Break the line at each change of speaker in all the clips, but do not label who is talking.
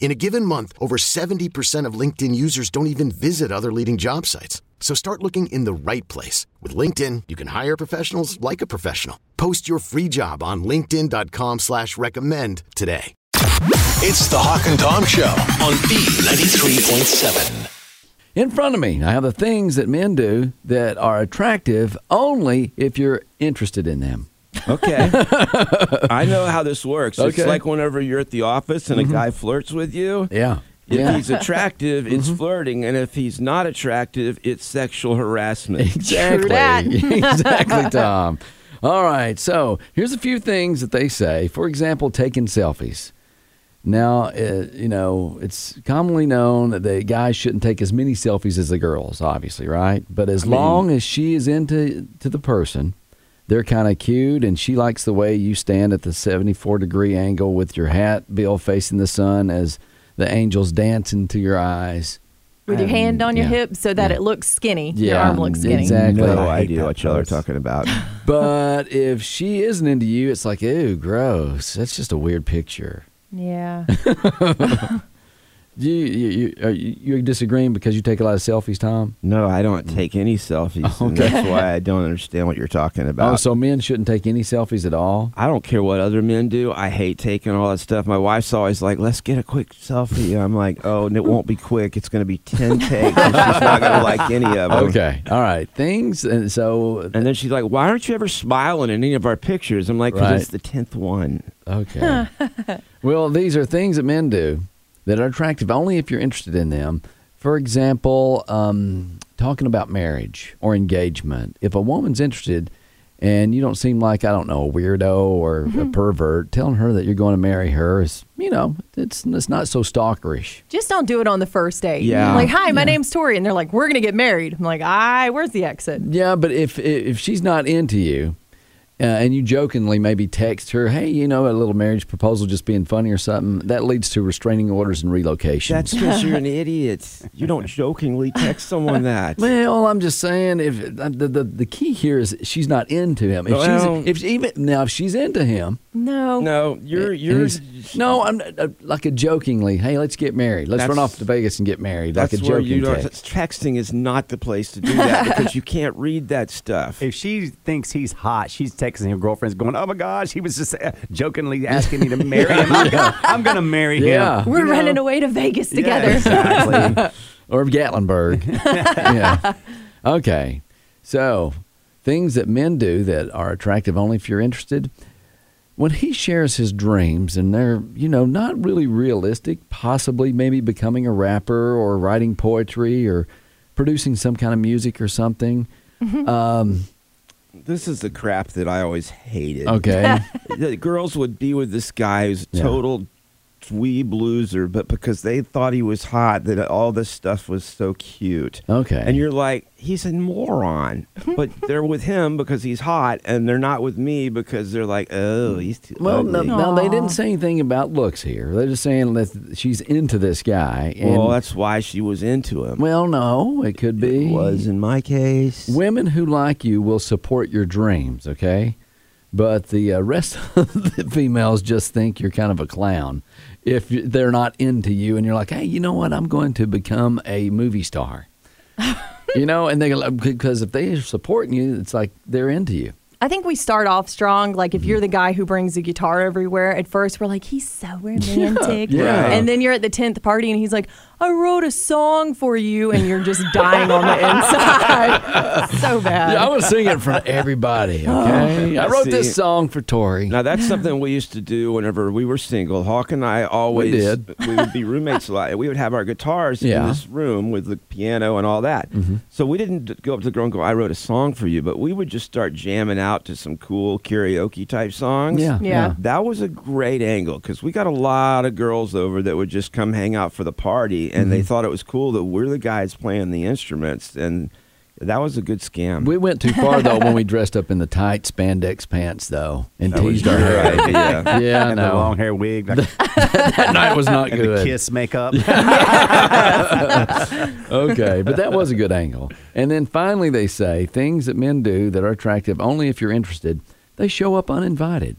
In a given month, over 70% of LinkedIn users don't even visit other leading job sites. So start looking in the right place. With LinkedIn, you can hire professionals like a professional. Post your free job on linkedin.com slash recommend today.
It's the Hawk and Tom Show on B93.7.
in front of me. I have the things that men do that are attractive only if you're interested in them.
Okay. I know how this works.
Okay.
It's like whenever you're at the office and a guy flirts with you.
Yeah.
If
Yeah. Mm-hmm.
he's attractive, it's flirting, and if he's not attractive, it's sexual harassment.
Exactly. exactly, Tom. All right. So here's a few things that they say. For example, taking selfies. Now, uh, you know, it's commonly known that the guys shouldn't take as many selfies as the girls, obviously, right? But as long as she is into to the person, they're kind of cute, and she likes the way you stand at the 74 degree angle with your hat bill facing the sun as the angels dance into your eyes.
with your hand on your
yeah.
hip so that it looks skinny. your arm looks skinny.
Exactly.
No idea what y'all are talking about.
But if she isn't into you, it's like, ew, gross. That's just a weird picture.
Yeah.
You you you are you you're disagreeing because you take a lot of selfies, Tom.
No, I don't take any selfies, and that's why I don't understand what you're talking about.
oh, so men shouldn't take any selfies at all.
I don't care what other men do. I hate taking all that stuff. My wife's always like, "Let's get a quick selfie." I'm like, "Oh, and it won't be quick. It's going to be ten takes. and she's not going to like any of them."
Okay, all right. Things and so
And then she's like, "Why aren't you ever smiling in any of our pictures?" I'm like, "Because
Right.
it's the tenth one."
okay. well, these are things that men do that are attractive only if you're interested in them. For example, um, talking about marriage or engagement. If a woman's interested and you don't seem like I don't know a weirdo or a pervert, telling her that you're going to marry her is you know it's it's not so stalkerish.
Just don't do it on the first date.
Yeah.
Like, hi, my name's Tori. And they're like, we're going to get married. I'm like, I, where's the exit?
Yeah, but if if she's not into you, uh, and you jokingly maybe text her, "Hey, you know, a little marriage proposal, just being funny or something," that leads to restraining orders and relocations.
That's because you're an idiot. You don't jokingly text someone that.
well, I'm just saying, if uh, the, the the key here is she's not into him. If
Well-
she's if she, even now if she's into him,
No.
No, you're
and
you're.
he's- no, I'm uh, like a jokingly, hey, let's get married, let's run
That's-
off to Vegas and get married, like
That's
a
where you
joking
don't,
text.
texting is not the place to do that because you can't read that stuff.
If she thinks he's hot, she's texting her girlfriends, going, "Oh my gosh, he was just uh, jokingly asking me to marry him. I'm, gonna, I'm gonna marry
Yeah.
him."
We're
You know?
running away to Vegas
Yeah,
together.
exactly.
or Gatlinburg. yeah. Okay. So, things that men do that are attractive only if you're interested. When he shares his dreams and they're, you know, not really realistic, possibly maybe becoming a rapper or writing poetry or producing some kind of music or something.
This is the crap that I always hated.
Okay.
the girls would be with this guy who's a
Yeah.
total dweeb loser, but because they thought he was hot, that all this stuff was so cute.
Okay.
And you're like, he's a moron. but they're with him because he's hot, and they're not with me because they're like, oh, he's too
Well, no,
ugly.
now they
Aw.
didn't say anything about looks here. They're just saying that she's into this guy. And,
Well, that's why she was into him.
well, no, it could be.
It was in my case.
Women who like you will support your dreams, okay? But the uh, rest of the females just think you're kind of a clown if you- they're not into you and you're like, hey, you know what? I'm going to become a movie star. you know, and they because if they are supporting you, it's like they're into you.
I think we start off strong. Like, if you're the guy who brings a guitar everywhere, at first we're like, he's so romantic.
yeah.
And then you're at the 10th party and he's like, I wrote a song for you, and you're just dying on the inside. so
Uh,
bad.
Yeah, I want to sing it in front of everybody.
Oh,
Okay, I wrote this
See.
song for Tori.
Now that's something we used to do whenever we were single. Hawk and I always
did.
we would be roommates a lot. We would have our guitars
Yeah. Mm-hmm.
in this room with the piano and all that. So we didn't d- go up to the girl and go, "I wrote a song for you," but we would just start jamming out to some cool karaoke type songs.
Yeah,
Yeah. yeah.
That was a great angle because we got a lot of girls over that would just come hang out for the party, and
Mm-hmm.
they thought it was cool that we're the guys playing the instruments, and that was a good scam.
We went too far though when we dressed up in the tight spandex pants though and
That was
teased our hair.
your idea.
Yeah, I
and the
know.
long hair wig, like,
That night was not
and
good.
the kiss makeup.
okay, but that was a good angle. And then finally, they say things that men do that are attractive only if you're interested. They show up uninvited.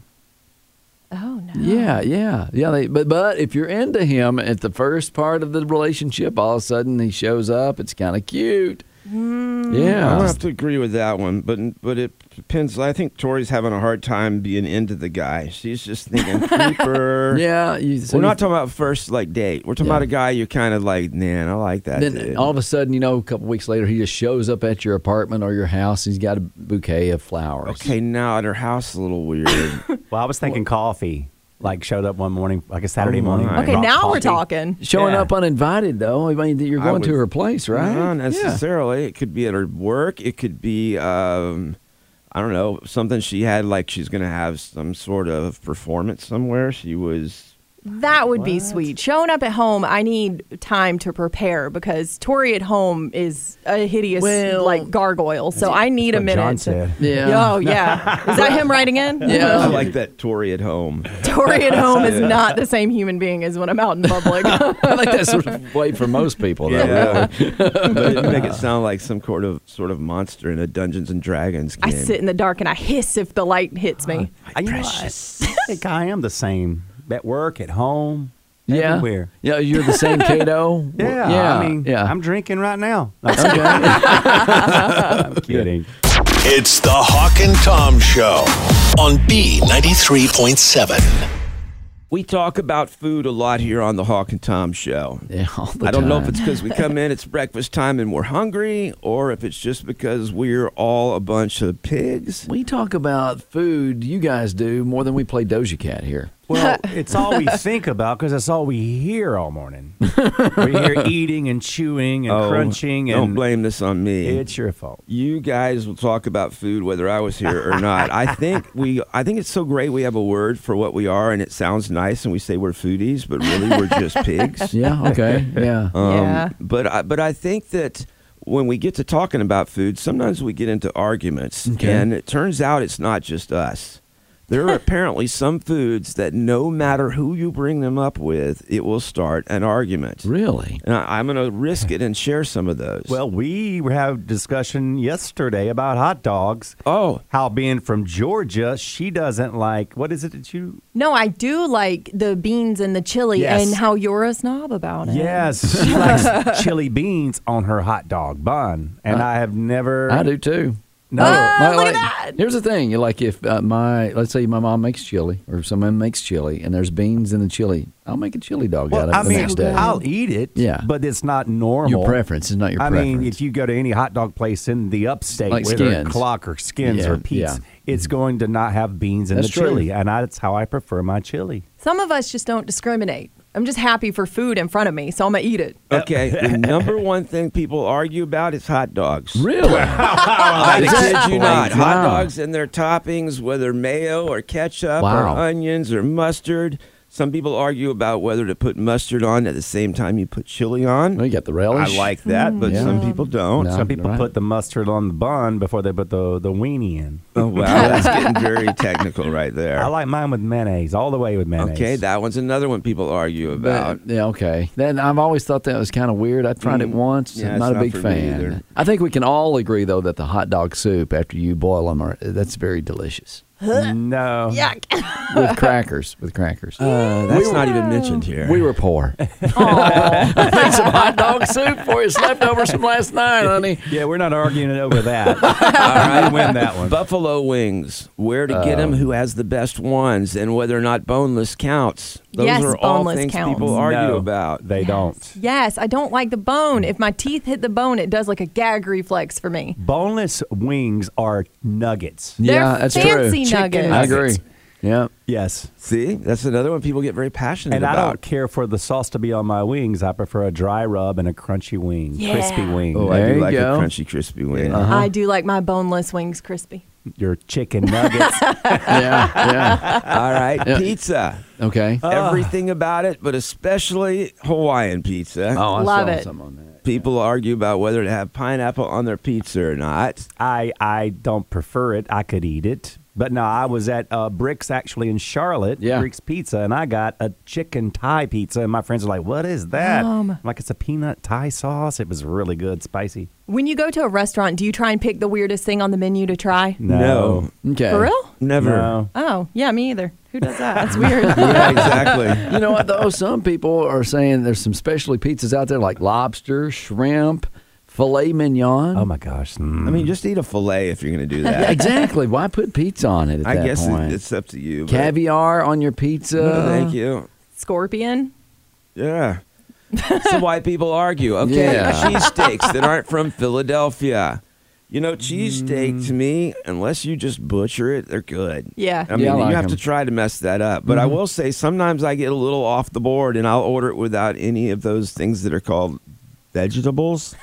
oh no.
Yeah, yeah, yeah. They, but but if you're into him at the first part of the relationship, all of a sudden he shows up. It's kind of cute.
I don't
Yeah,
have to agree with that one, but but it depends. I think Tori's having a hard time being into the guy. She's just thinking creeper.
yeah. You, so
We're
you-
not talking about first like date. We're talking
Yeah.
about a guy you're kind of like, man, I like that.
then uh,
dude."
all of a sudden, you know, a couple weeks later, he just shows up at your apartment or your house. He's got a bouquet of flowers.
okay, now at her house, a little weird.
Well, I was thinking coffee. Like showed up one morning, like a Saturday
Oh,
morning.
my.
Okay,
brought
now we're
coffee.
talking.
Showing
Yeah.
up uninvited, though. I mean, you're
I
going to
would-
her place, right?
Not
Yeah.
necessarily. It could be at her work. It could be, um, I don't know, something she had like she's gonna have some sort of performance somewhere. She was.
That would be sweet. Showing up at home, I need time to prepare because Tori at home is a hideous
Well-
like gargoyle. So I need a
what John
minute.
said.
to,
Yeah.
Oh yeah. Is that him writing in?
Yeah.
I like that Tori at home.
Tori at home is not the same human being as when I'm out in public.
I think that's sort of way for most people, though.
Yeah, but you make it sound like some sort of sort of monster in a Dungeons and Dragons game.
I sit in the dark and I hiss if the light hits me.
I, you know, I think I am the same at work, at home,
Yeah.
everywhere.
Yeah, you're the same Kato.
Yeah,
yeah.
I mean,
yeah.
I'm drinking right now. I'm
okay.
kidding.
It's the Hawk and Tom Show on B93.7.
We talk about food a lot here on the Hawk and Tom show.
yeah, all the
I don't know if
time.
it's because we come in, it's breakfast time, and we're hungry, or if it's just because we're all a bunch of pigs.
We talk about food, you guys do, more than we play Doja Cat here.
Well, it's all we think about because that's all we hear all morning. we hear eating and chewing and crunching,
Don't
and
blame this on me.
it's your fault.
you guys will talk about food whether I was here or not. I think we I think it's so great we have a word for what we are and it sounds nice and we say we're foodies, but really we're just pigs.
Yeah, okay. Yeah.
Yeah.
Um, But I, but I think that when we get to talking about food, sometimes we get into arguments, and it turns out it's not just us. There are apparently some foods that no matter who you bring them up with, it will start an argument.
really?
And I, I'm going to risk it and share some of those.
Well, we were having a discussion yesterday about hot dogs.
oh,
How being from Georgia, she doesn't like what is it that you?
No, I do like the beans and the chili
Yes.
and how you're a snob about it.
Yes, she likes chili beans on her hot dog bun, and I have never.
I do too.
No.
My-
look at
like-
that.
Here's the thing. You're like, if uh, my, let's say my mom makes chili or someone makes chili and there's beans in the chili, I'll make a chili dog out
Well,
of
I
it the
mean,
next day.
I'll eat it.
Yeah.
but it's not normal.
your preference is not your
I
preference.
mean, if you go to any hot dog place in the upstate,
Like
whether
Skins.
clock or skins
Yeah,
or Pete's,
yeah.
it's going to not have beans in
That's
the
true.
chili, and I, that's how I prefer my chili.
Some of us just don't discriminate. I'm just happy for food in front of me, so I'm gonna eat it.
okay. the number one thing people argue about is hot dogs.
really?
I kid you
explains
not. Hot
Wow.
dogs and their toppings, whether mayo or ketchup
Wow.
or onions or mustard. Some people argue about whether to put mustard on at the same time you put chili on.
Well, you got the relish.
I like that, but
Yeah.
some people don't.
No.
Some people
right.
put the mustard on the bun before they put the, the weenie in.
Oh, wow, that's getting very technical right there.
I like mine with mayonnaise, all the way with mayonnaise.
okay, that one's another one people argue about.
But, yeah, okay. Then I've always thought that was kind of weird. I tried it
Mm.
once.
Yeah,
I'm
it's
not, a
not
big
for me either.
fan. I think we can all agree though that the hot dog soup after you boil them are that's very delicious.
no.
Yuck.
with crackers. With crackers.
Uh, that's not even mentioned here.
we were poor. I made some hot dog soup for you. It's leftovers from last night, honey.
Yeah, we're not arguing it over that. All right, I win that one.
Buffalo wings. Where to get them? Who has the best ones? And whether or not boneless counts. Those
Yes,
are all
boneless
things
counts.
people argue
No,
about.
They don't.
Yes, I don't like the bone. If my teeth hit the bone, it does like a gag reflex for me.
Boneless wings are nuggets.
yeah,
They're
that's
fancy nuggets.
true. I agree. Yeah.
Yes.
See, that's another one people get very passionate
And I
about.
don't care for the sauce to be on my wings. I prefer a dry rub and a crunchy wing,
Yeah.
crispy wing.
Oh, I
There
do
you
like
go. Uh-huh.
a crunchy, crispy wing.
I do like my boneless wings crispy.
Your chicken nuggets.
Yeah. Yeah. Uh.
All right, pizza.
Okay.
Everything about it, but especially Hawaiian pizza.
Oh, I
Love
saw
it.
something on that.
People argue about whether to have pineapple on their pizza or not.
I I don't prefer it. I could eat it, but no. I was at uh, Bricks actually in Charlotte,
Yeah.
Bricks Pizza, and I got a chicken Thai pizza, and my friends are like, "What is that?"
Yum.
I'm like it's a peanut Thai sauce. It was really good, spicy.
When you go to a restaurant, do you try and pick the weirdest thing on the menu to try?
No,
Okay.
For real?
never.
no.
Oh, yeah, me either. Who does that? That's weird.
Yeah, exactly.
You know what though? Some people are saying there's some specialty pizzas out there like lobster, shrimp, filet mignon.
Oh my gosh. Mm.
I mean, just eat a fillet if you're going to do
Yeah,
that.
exactly. Why put pizza on it at
I
that
guess
point?
it, it's up to you. but-
Caviar on your pizza.
No, thank you.
Scorpion?
Yeah. so why people argue. Okay,
Yeah.
cheesesteaks that aren't from Philadelphia. You know,
Mm.
cheesesteak to me, unless you just butcher it, they're good.
Yeah.
I mean,
Yeah, I like Mm-hmm.
you have to
'em.
try to mess that up. But I will say, sometimes I get a little off the board and I'll order it without any of those things that are called vegetables.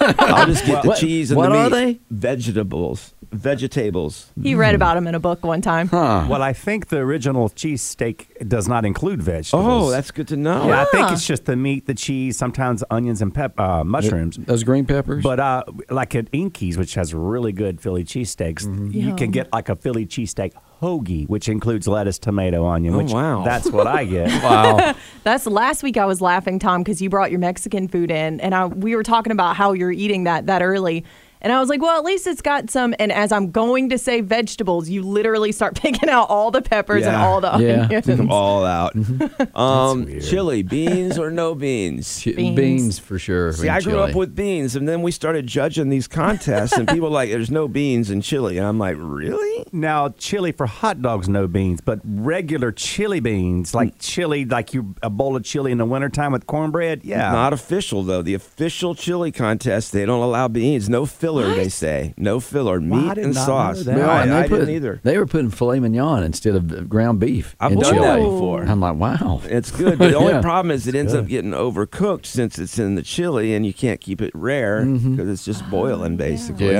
I'll just get the
What-
cheese and the
what
meat.
are they?
Vegetables. Vegetables.
He
hmm.
read about him in a book one time.
uh.
well, I think the original cheesesteak does not include vegetables.
Oh, that's good to know.
yeah. I think it's just the meat, the cheese, sometimes onions and pep uh, mushrooms.
Those green peppers.
But uh, like at Inky's, which has really good Philly cheesesteaks,
Mm-hmm.
you can get like a Philly cheesesteak hoagie, which includes lettuce, tomato, onion.
Oh,
which
wow.
That's what I get.
wow.
That's last week I was laughing, Tom, because you brought your Mexican food in, and I, we were talking about how you're eating that that early. And I was like, well, at least it's got some. And as I'm going to say vegetables, you literally start picking out all the peppers and
Yeah.
all the
Yeah.
onions.
Them all out.
Mm-hmm.
Um, chili, beans or no beans?
Beans.
beans. for sure.
See,
and
I grew
chili.
up with beans, and then we started judging these contests, and people were like, "There's no beans in chili," and I'm like, "Really?"
now, chili for hot dogs, no beans, but regular chili beans,
Mm.
like chili, like you a bowl of chili in the wintertime with cornbread. Yeah.
Not official though. The official chili contest, they don't allow beans. No filler, they say. No filler, meat
I did
and
not
sauce.
know that.
No,
I,
and they
I
put,
didn't either.
They were putting filet mignon instead of ground beef.
I've
in
done
chili.
that before.
I'm like, wow.
It's good, but the only
Yeah.
problem is it ends up getting overcooked since it's in the chili, and you can't keep it rare because
Mm-hmm.
it's just boiling basically.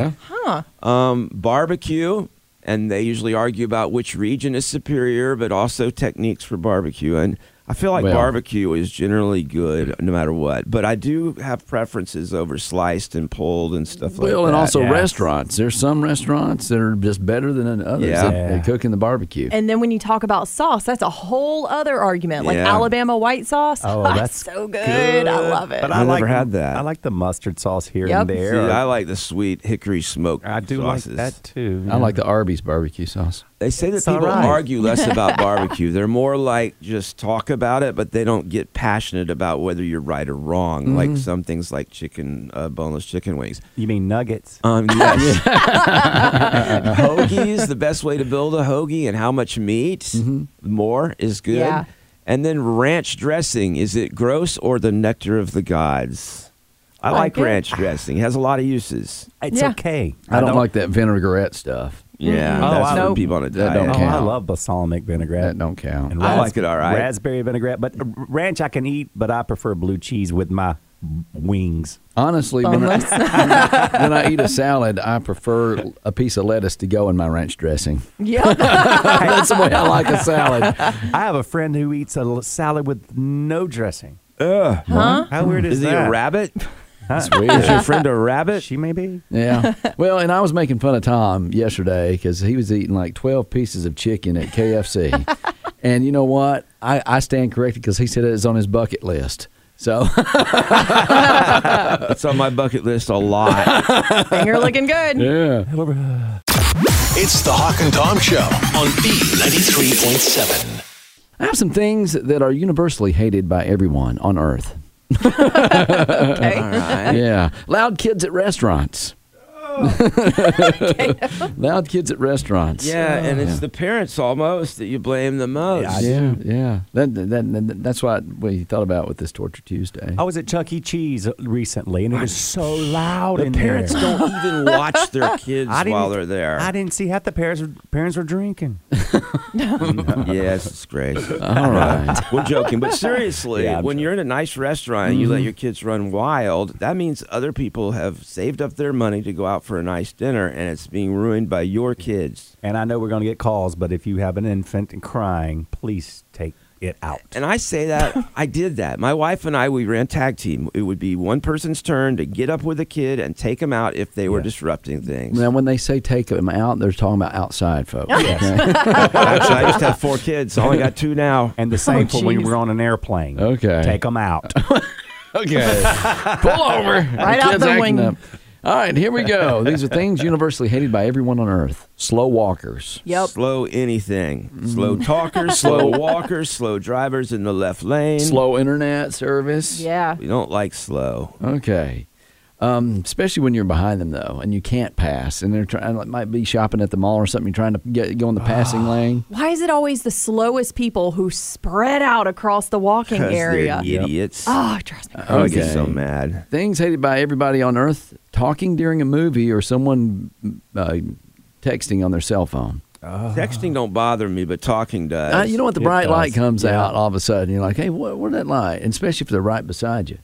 um, barbecue, and they usually argue about which region is superior, but also techniques for barbecue. And I feel like
Well-
barbecue is generally good no matter what, but I do have preferences over sliced and pulled and stuff like that.
Well, and also
yeah.
restaurants. There's some restaurants that are just better than others.
Yeah.
They, they cook in the barbecue.
And then when you talk about sauce, that's a whole other argument. Like
Yeah.
Alabama white sauce.
Oh, that's
so good. I love it.
But I
I've
like,
never had that.
I like the mustard sauce here
Yep.
and
See,
there.
I like the sweet hickory smoked
I do
sauces.
like that too.
I like the Arby's barbecue sauce.
They say that
It's all
people
right.
argue less about barbecue. They're more like just talk about it, but they don't get passionate about whether you're right or wrong.
Mm-hmm.
Like some things like chicken, uh, boneless chicken wings.
You mean nuggets?
Um, yes. Hoagies, the best way to build a hoagie and how much meat, more is good.
Yeah.
And then ranch dressing, is it gross or the nectar of the gods? I like
Like it.
ranch dressing. It has a lot of uses.
It's
Yeah.
okay.
I don't, like that vinaigrette stuff.
Yeah,
Oh,
that's
I-
for
Nope.
people on a
That
diet.
don't
Oh,
count.
I love balsamic vinaigrette.
That don't count.
And
I like
rasp-
it Oh, all right.
Raspberry vinaigrette, but r- ranch I can eat, but I prefer blue cheese with my wings.
Honestly, when I, when I eat a salad, I prefer a piece of lettuce to go in my ranch dressing.
Yep.
That's the way I like a salad.
I have a friend who eats a l- salad with no dressing.
Ugh.
How weird is,
Is he
that?
a rabbit?
That's weird.
Is your friend a rabbit?
She may be.
Yeah. Well, and I was making fun of Tom yesterday because he was eating like 12 pieces of chicken at KFC. and you know what? I, I stand corrected because he said it was on his bucket list. So,
That's on my bucket list a lot.
Finger looking good.
yeah.
It's the Hawk and Tom Show on B93.7.
I have some things that are universally hated by everyone on earth.
Okay.
Yeah. Loud kids at restaurants. Loud kids at restaurants.
Yeah, and it's the parents almost that you blame the most.
Yeah, yeah. That, that, that- that's what we thought about with this Torture Tuesday.
I was at Chuck E. Cheese recently, and it was so loud
The
in
parents
there.
don't even watch their kids
I didn't-
while they're there.
I didn't see half the parents were, parents were drinking.
yes, it's crazy.
All right.
We're joking, but seriously,
Yeah, I'm
when you're in a nice restaurant and you let your kids run wild, that means other people have saved up their money to go out for a nice dinner, and it's being ruined by your kids.
And I know we're going to get calls, but if you have an infant and crying, please take it out.
And I say that I did that. My wife and I we ran tag team. It would be one person's turn to get up with a kid and take them out if they were disrupting things.
Now, when they say take them out, they're talking about outside folks. Okay.
Actually, I used to have four kids. I only got two now.
And the same for when
jeez.
we're on an airplane.
Okay.
Take them out.
okay. Pull over.
Right out
Kids
the
acting
wing.
up. All right, here we go. These are things universally hated by everyone on earth. Slow walkers.
Yep.
Slow anything. Slow talkers, slow walkers, slow drivers in the left lane.
Slow internet service.
Yeah.
We don't like slow.
Okay. Um, especially when you're behind them though, and you can't pass, and they're trying like might be shopping at the mall or something. You're trying to get go in the
Ah.
passing lane.
Why is it always the slowest people who spread out across the walking
'Cause they're
area?
Idiots.
Oh, it drives me crazy.
I get so mad.
Things hated by everybody on earth: talking during a movie or someone uh, texting on their cell phone.
Texting don't bother me, but talking does.
Ah. Uh, you know what? The
it
bright
does.
light comes
Yeah.
out all of a sudden. You're like, hey, what, where'd that light? And especially if they're right beside you.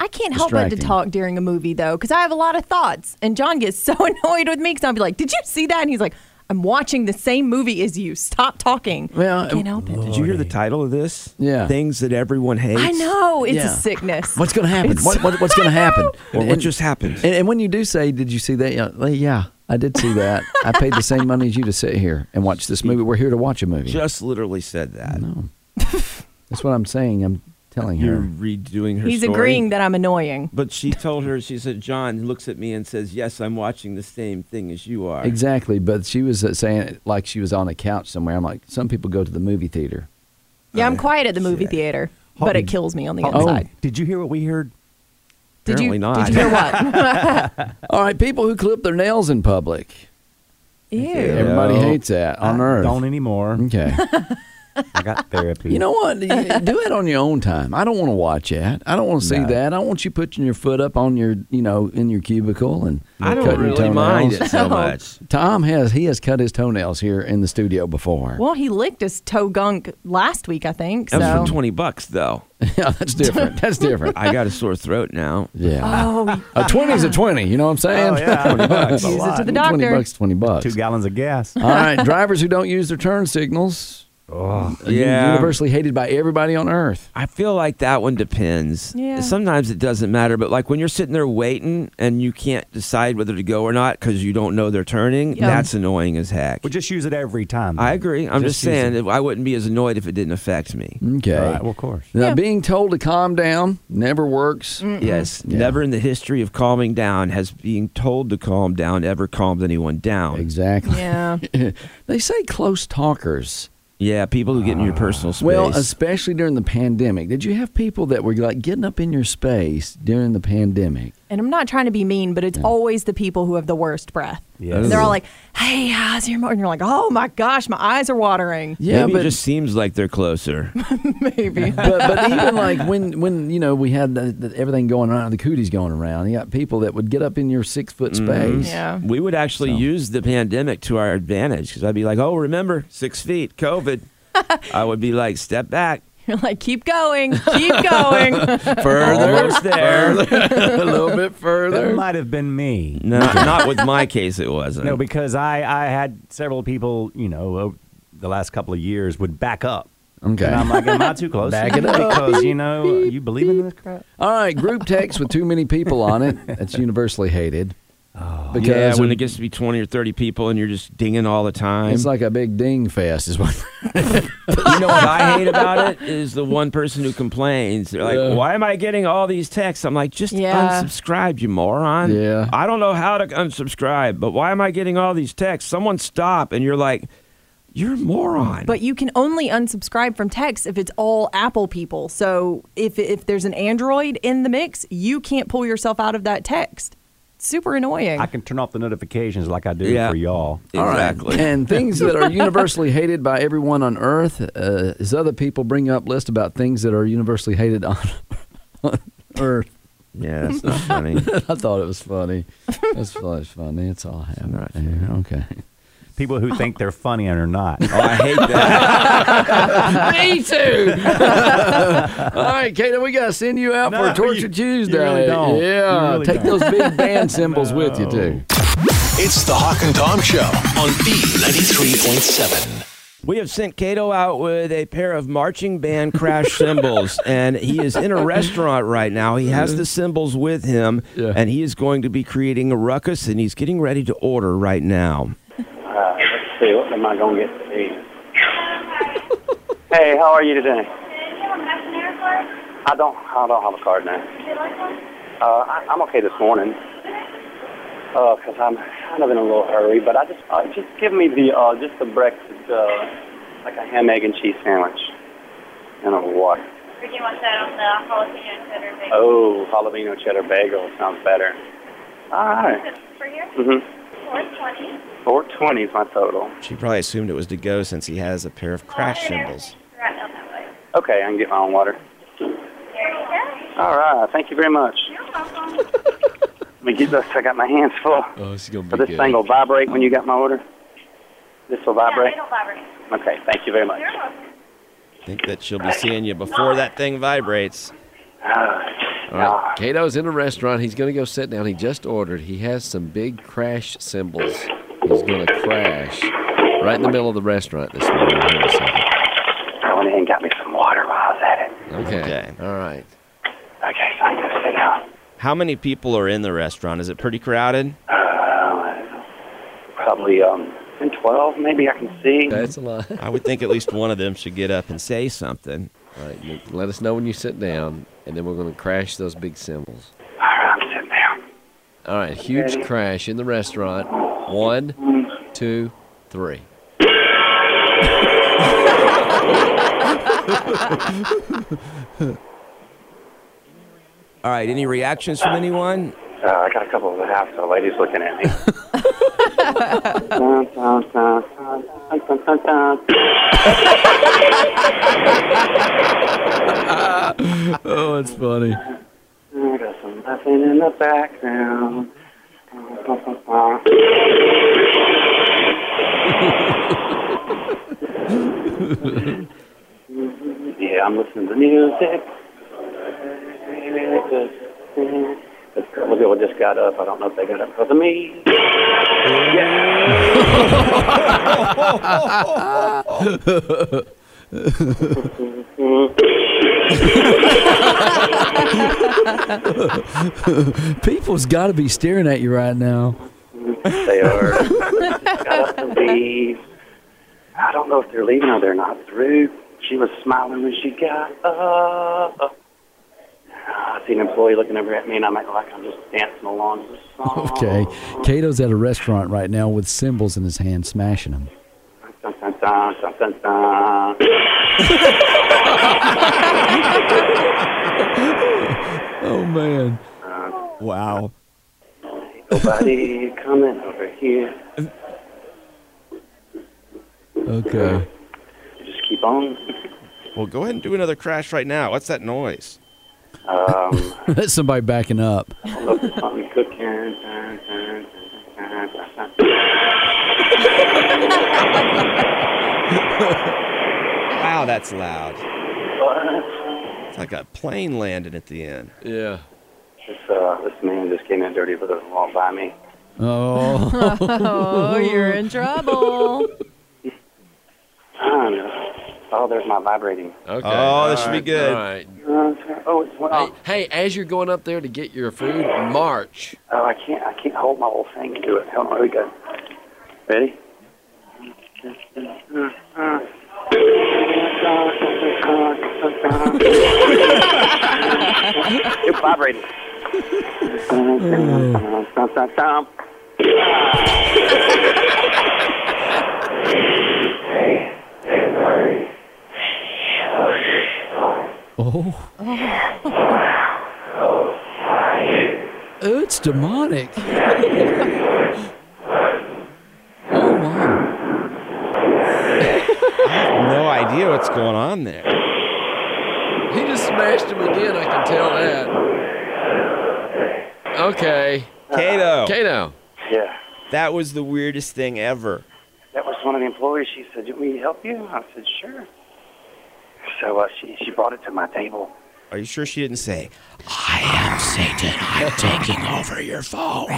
I can't help but to
Distracting.
talk during a movie though, because I have a lot of thoughts, and John gets so annoyed with me because I'll be like, "Did you see that?" And he's like, "I'm watching the same movie as you. Stop talking."
Well,
I can't help it.
Did you hear the title of this?
Yeah.
Things that everyone hates.
I know it's
Yeah.
a sickness.
What's going to happen?
It's-
What, what, what's going to happen?
Or what just happened?
And, and when you do say, "Did you see that?" You're like, yeah, I did see that. I paid the same money as you to sit here and watch this movie. We're here to watch a movie.
Just literally said that.
That's what I'm saying. I'm telling
You're
her.
redoing her
He's
story.
agreeing that I'm annoying.
But she told her, she said, John looks at me and says, Yes, I'm watching the same thing as you are.
Exactly, but she was uh, saying it like she was on a couch somewhere. I'm like, some people go to the movie theater.
Yeah, I'm quiet at the movie
Oh, shit.
theater, but it kills me on the
Oh.
inside.
Did you hear what we heard?
Did you?
Oh, Apparently not.
Did you hear what?
All right, people who clip their nails in public.
Ew.
Everybody hates that on
I
earth.
Don't anymore.
Okay.
I got therapy.
you know what? You- Do it on your own time. I don't want to watch that. I don't want to see
No.
that. I don't want you putting your foot up on your, you know, in your cubicle and
I don't
cutting your
really mind
toenails.
it so much.
Tom has he has cut his toenails here in the studio before.
Well, he licked his toe gunk last week, I think.
That was
So.
for 20 bucks, though.
yeah, that's different. That's different.
I got a sore throat now.
Yeah.
oh,
A twenty's a twenty. You know what I'm saying?
Ah. Oh, yeah. 20 bucks. a
Use it
lot.
to the
Twenty
doctor.
bucks. Twenty bucks.
Two gallons of gas.
All right, drivers who don't use their turn signals. are u-
Yeah.
Universally hated by everybody on earth.
I feel like that one depends.
Yeah.
Sometimes it doesn't matter, but like when you're sitting there waiting and you can't decide whether to go or not because you don't know they're turning,
Yeah.
that's annoying as heck.
Well, just use it every time.
I
then.
agree. I'm just,
use
saying
it.
that I wouldn't be as annoyed if it didn't affect me.
Okay.
All right, well, of course. Mm.
Now,
Yeah.
being told to calm down never works.
Yes. Never in the history of calming down has being told to calm down ever calmed anyone down.
Exactly.
yeah.
They say close talkers.
Yeah, people who get in your personal space.
Well, especially during the pandemic. Did you have people that were like getting up in your space during the pandemic?
And I'm not trying to be mean, but it's always the people who have the worst breath.
Yes.
And they're all like, hey, how's your morning? And you're like, oh my gosh, my eyes are watering.
Yeah,
Maybe
but
it just seems like they're closer.
Maybe.
but, but even like when when you know we had the, the, everything going around, the cooties going around. You got people that would get up in your six foot
Mm-hmm.
space.
yeah.
we would actually use the pandemic to our advantage because I'd be like, "Oh, remember six feet, COVID." I would be like, "Step back,
You're like, keep going, keep going.
further, there."
a little bit
That
further.
might have been me.
No, not with my case. It wasn't.
No, because I, I had several people, you know, over the last couple of years would back up.
Okay.
And I'm like, am I too close?
Back it up.
Because, you know, you believe in this crap?
All right, group text with too many people on it. That's universally hated. Because
Oh. yeah, when
when-
it gets to be 20 or 30 people and you're just dinging all the time.
it's like a big ding fest is what
you know what I hate about it is the one person who complains. They're like,
Yeah.
"Why am I getting all these texts?" I'm like, "Just
Yeah.
unsubscribe, you moron."
Yeah.
I don't know how to unsubscribe, but why am I getting all these texts? Someone stop, and you're like, "You're a moron."
But you can only unsubscribe from text if it's all Apple people. So if if there's an Android in the mix, you can't pull yourself out of that text. Super annoying.
I can turn off the notifications like I do
Yeah.
for y'all.
exactly.
And things that are universally hated by everyone on Earth, uh, is other people bring up lists about things that are universally hated on, on Earth.
Yeah, that's not funny.
I thought it was funny. That's fu- funny. It's all happening.
not
Okay.
People who think they're funny and are not.
Oh, I hate that.
Me too. all right, Kato, we gotta send you out for
No,
a Torture
you- you
Tuesday.
really don't. You
Yeah,
really
take
don't.
those big band cymbals with you too.
It's the Hawk and Tom Show on B93.7.
we have sent Cato out with a pair of marching band crash cymbals, and he is in a restaurant right now. He has the cymbals with him,
Yeah.
and he is going to be creating a ruckus, and he's getting ready to order right now.
Uh, let's see, what am I going to get to eat? hey, how are you today? I don't, I don't have a card now. Uh, I, I'm okay this morning. Uh, cause I'm kind of in a little hurry, but I just, uh, just give me the, uh, just the breakfast, uh, like a ham, egg, and cheese sandwich, and a water. Oh, jalapeno cheddar bagel sounds better. All right, Mm-hmm. four twenty is my total.
She probably assumed it was to go since he has a pair of crash cymbals.
Right down that way.
Okay, I can get my own water.
There you go.
All right, thank you very much.
You're welcome.
Let me get this. I got my hands full.
Oh, this is gonna
So this thing will vibrate when you got my order. This will
Yeah,
vibrate.
they don't vibrate.
Okay, thank you very much.
You're welcome.
I think that she'll be seeing you before that thing vibrates.
All right. Kato's in a restaurant. He's going to go sit down. He just ordered. He has some big crash cymbals. He's going to crash right in the middle of the restaurant this morning. Here in a second.
I went in and got me some water while I was at it.
Okay.
Okay.
All right.
Okay, so I'm gonna sit down.
How many people are in the restaurant? Is it pretty crowded?
Probably um, 10, 12, maybe I can see.
That's a lot.
I would think at least one of them should get up and say something.
All right. you- Let us know when you sit down, and then we're going to crash those big cymbals.
All right, I'm sitting down.
All right. Huge crash in the restaurant. One, two, three.
All right, any reactions from anyone?
Uh, I got a couple of the house. The lady's looking at me. Dun, dun, dun, dun, dun, dun, dun, dun.
Oh, it's funny.
I got some laughing in the background. Dun, dun, dun, dun. yeah, I'm listening to music. The couple people just got up. I don't know if they got up because of me.
People's got to be staring at you right now.
They are got up to leave. I don't know if they're leaving or they're not through. She was smiling when she got up. I see an employee looking over at me, and I'm acting like I'm just dancing along to the song.
Okay. Cato's at a restaurant right now with cymbals in his hand, smashing them.
Dun, dun, dun, dun, dun, dun.
Oh, man.
Wow.
Nobody coming over here.
Okay.
Just keep on.
Well, go ahead and do another crash right now. What's that noise?
That's somebody backing up.
I don't know if there's something cooking. Dun, dun, dun, dun, dun, dun.
Wow, that's loud. It's like a plane landing at the end.
Yeah.
This, uh, this man just came in dirty with a walk by me.
Oh,
oh, you're in trouble.
I don't know. Oh, there's my vibrating.
Okay.
Oh, this should be good.
All right.
Dun, No, it's not- oh, it's went off.
Hey, as you're going up there to get your food, march.
Oh, I can't. I can't hold my whole thing to it. Hold on. Here we go. Ready? it's vibrating.
Oh. oh, it's demonic. oh, my.
No idea what's going on there.
He just smashed him again. I can tell that. Okay.
Kato,
Okay, now.
Yeah.
that was the weirdest thing ever.
That was one of the employees. She said, "Do you want me to help you?" I said, "Sure." So uh, she she brought it to my table.
Are you sure she didn't say, I am Satan, I'm taking over your phone?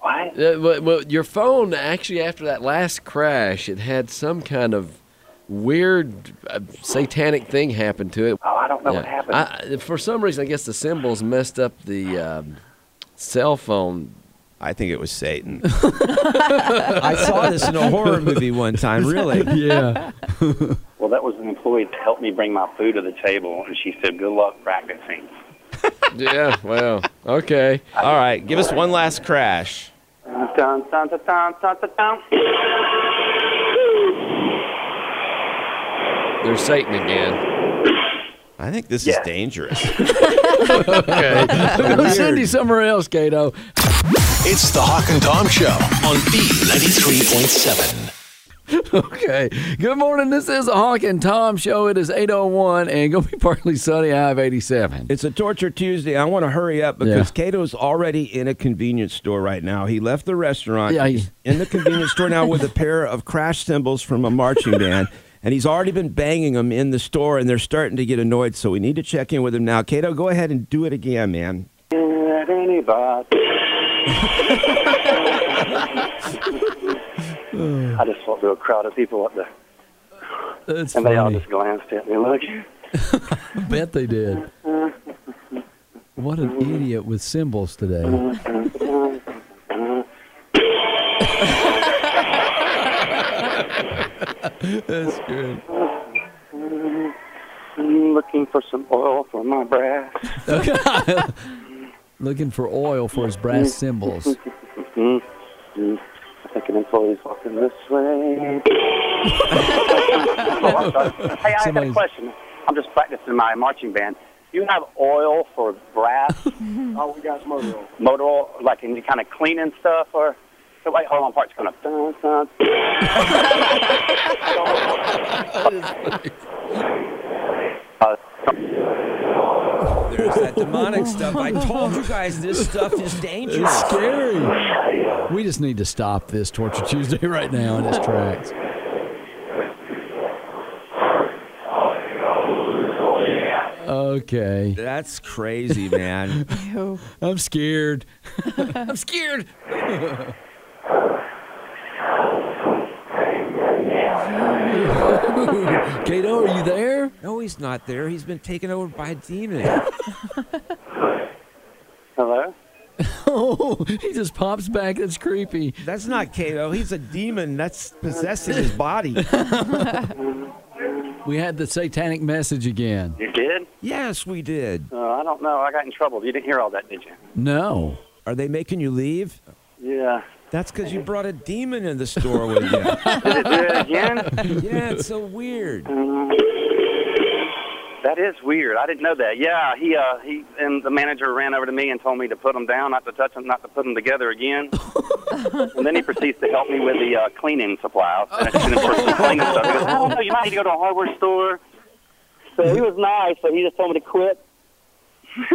What?
Uh, well, well, your phone actually after that last crash, it had some kind of weird uh, satanic thing happen to it.
Oh, I don't know what
Yeah.
happened.
I, I- for some reason, I guess the symbols messed up the um, cell phone.
I think it was Satan. I saw this in a horror movie one time, really.
Yeah.
Well, that was an employee to help me bring my food to the table, and she said, "Good luck practicing."
yeah. Well. Okay.
All right, give us one last crash.
Dun, dun, dun, dun, dun, dun, dun.
There's Satan again.
I think this
Yeah.
is dangerous.
Go send you somewhere else, Kato.
It's the Hawk and Tom Show on B93.7.
Okay. Good morning. This is the Hawk and Tom show. It is 8:01 and going to be partly sunny. I have 87.
It's a torture Tuesday. I want to hurry up because Cato's already in a convenience store right now. He left the restaurant.
Yeah, he-
he's in the convenience store now with a pair of crash cymbals from a marching band. And he's already been banging them in the store, and they're starting to get annoyed. So we need to check in with him now. Cato, go ahead and do it again, man.
At anybody. I just walked through a crowd of people up there,
That's
and they all
funny.
just glanced at me. Look,
I bet they did. What an idiot with symbols today.
That's good.
I'm looking for some oil for my brass.
Looking for oil for his brass symbols.
I think an employee's walking this way. Oh, I'm sorry. hey, I got a
Somebody's-
question. I'm just practicing my marching band. You have oil for brass? oh, we got motor oil. Motor oil, like any kind of cleaning stuff, or? So wait, hold on. Part's going up. Dun, dun. uh,
There's that demonic stuff. I told you guys this stuff is dangerous.
Scary. We just need to stop this Torture Tuesday right now in its tracks. Okay.
That's crazy, man.
I'm scared.
I'm scared.
Kato, are you there?
no, he's not there. He's been taken over by a demon.
hello?
Oh, he just pops back. That's creepy.
That's not Cato. He's a demon that's possessing his body.
We had the satanic message again.
You did?
Yes, we did.
Uh, I don't know. I got in trouble. You didn't hear all that, did you?
No.
Are they making you leave?
Yeah.
That's because you brought a demon in the store with you.
Did it do it again?
yeah, it's so weird.
That is weird. I didn't know that. Yeah, he uh, he and the manager ran over to me and told me to put them down, not to touch them, not to put them together again. and then he proceeds to help me with the uh, cleaning supplies. And I took them for some cleaning stuff. He goes, oh, no, you might need to go to a hardware store. So he was nice, but he just told me to quit.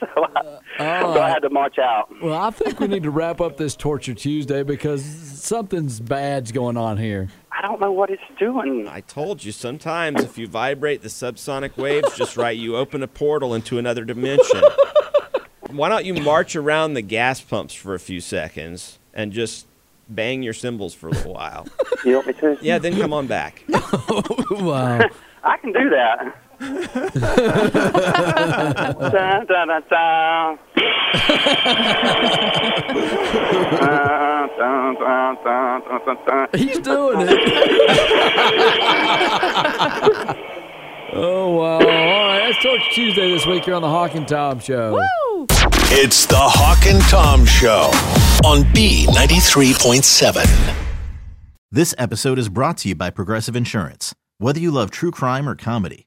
so, I, so I had to march out.
Well, I think we need to wrap up this Torture Tuesday because something's bad's going on here.
I don't know what it's doing.
I told you sometimes if you vibrate the subsonic waves just right, you open a portal into another dimension. Why don't you march around the gas pumps for a few seconds and just bang your cymbals for a little while?
You want me to?
Yeah, then come on back.
Wow.
I can do that. Dun, dun, dun, dun. Dun, dun, dun, dun, dun, dun, dun.
He's doing it. oh, wow. All right. That's Torch Tuesday this week. You're on the Hawk and Tom Show.
Woo!
It's the Hawk and Tom Show on B93.7.
This episode is brought to you by Progressive Insurance. Whether you love true crime or comedy,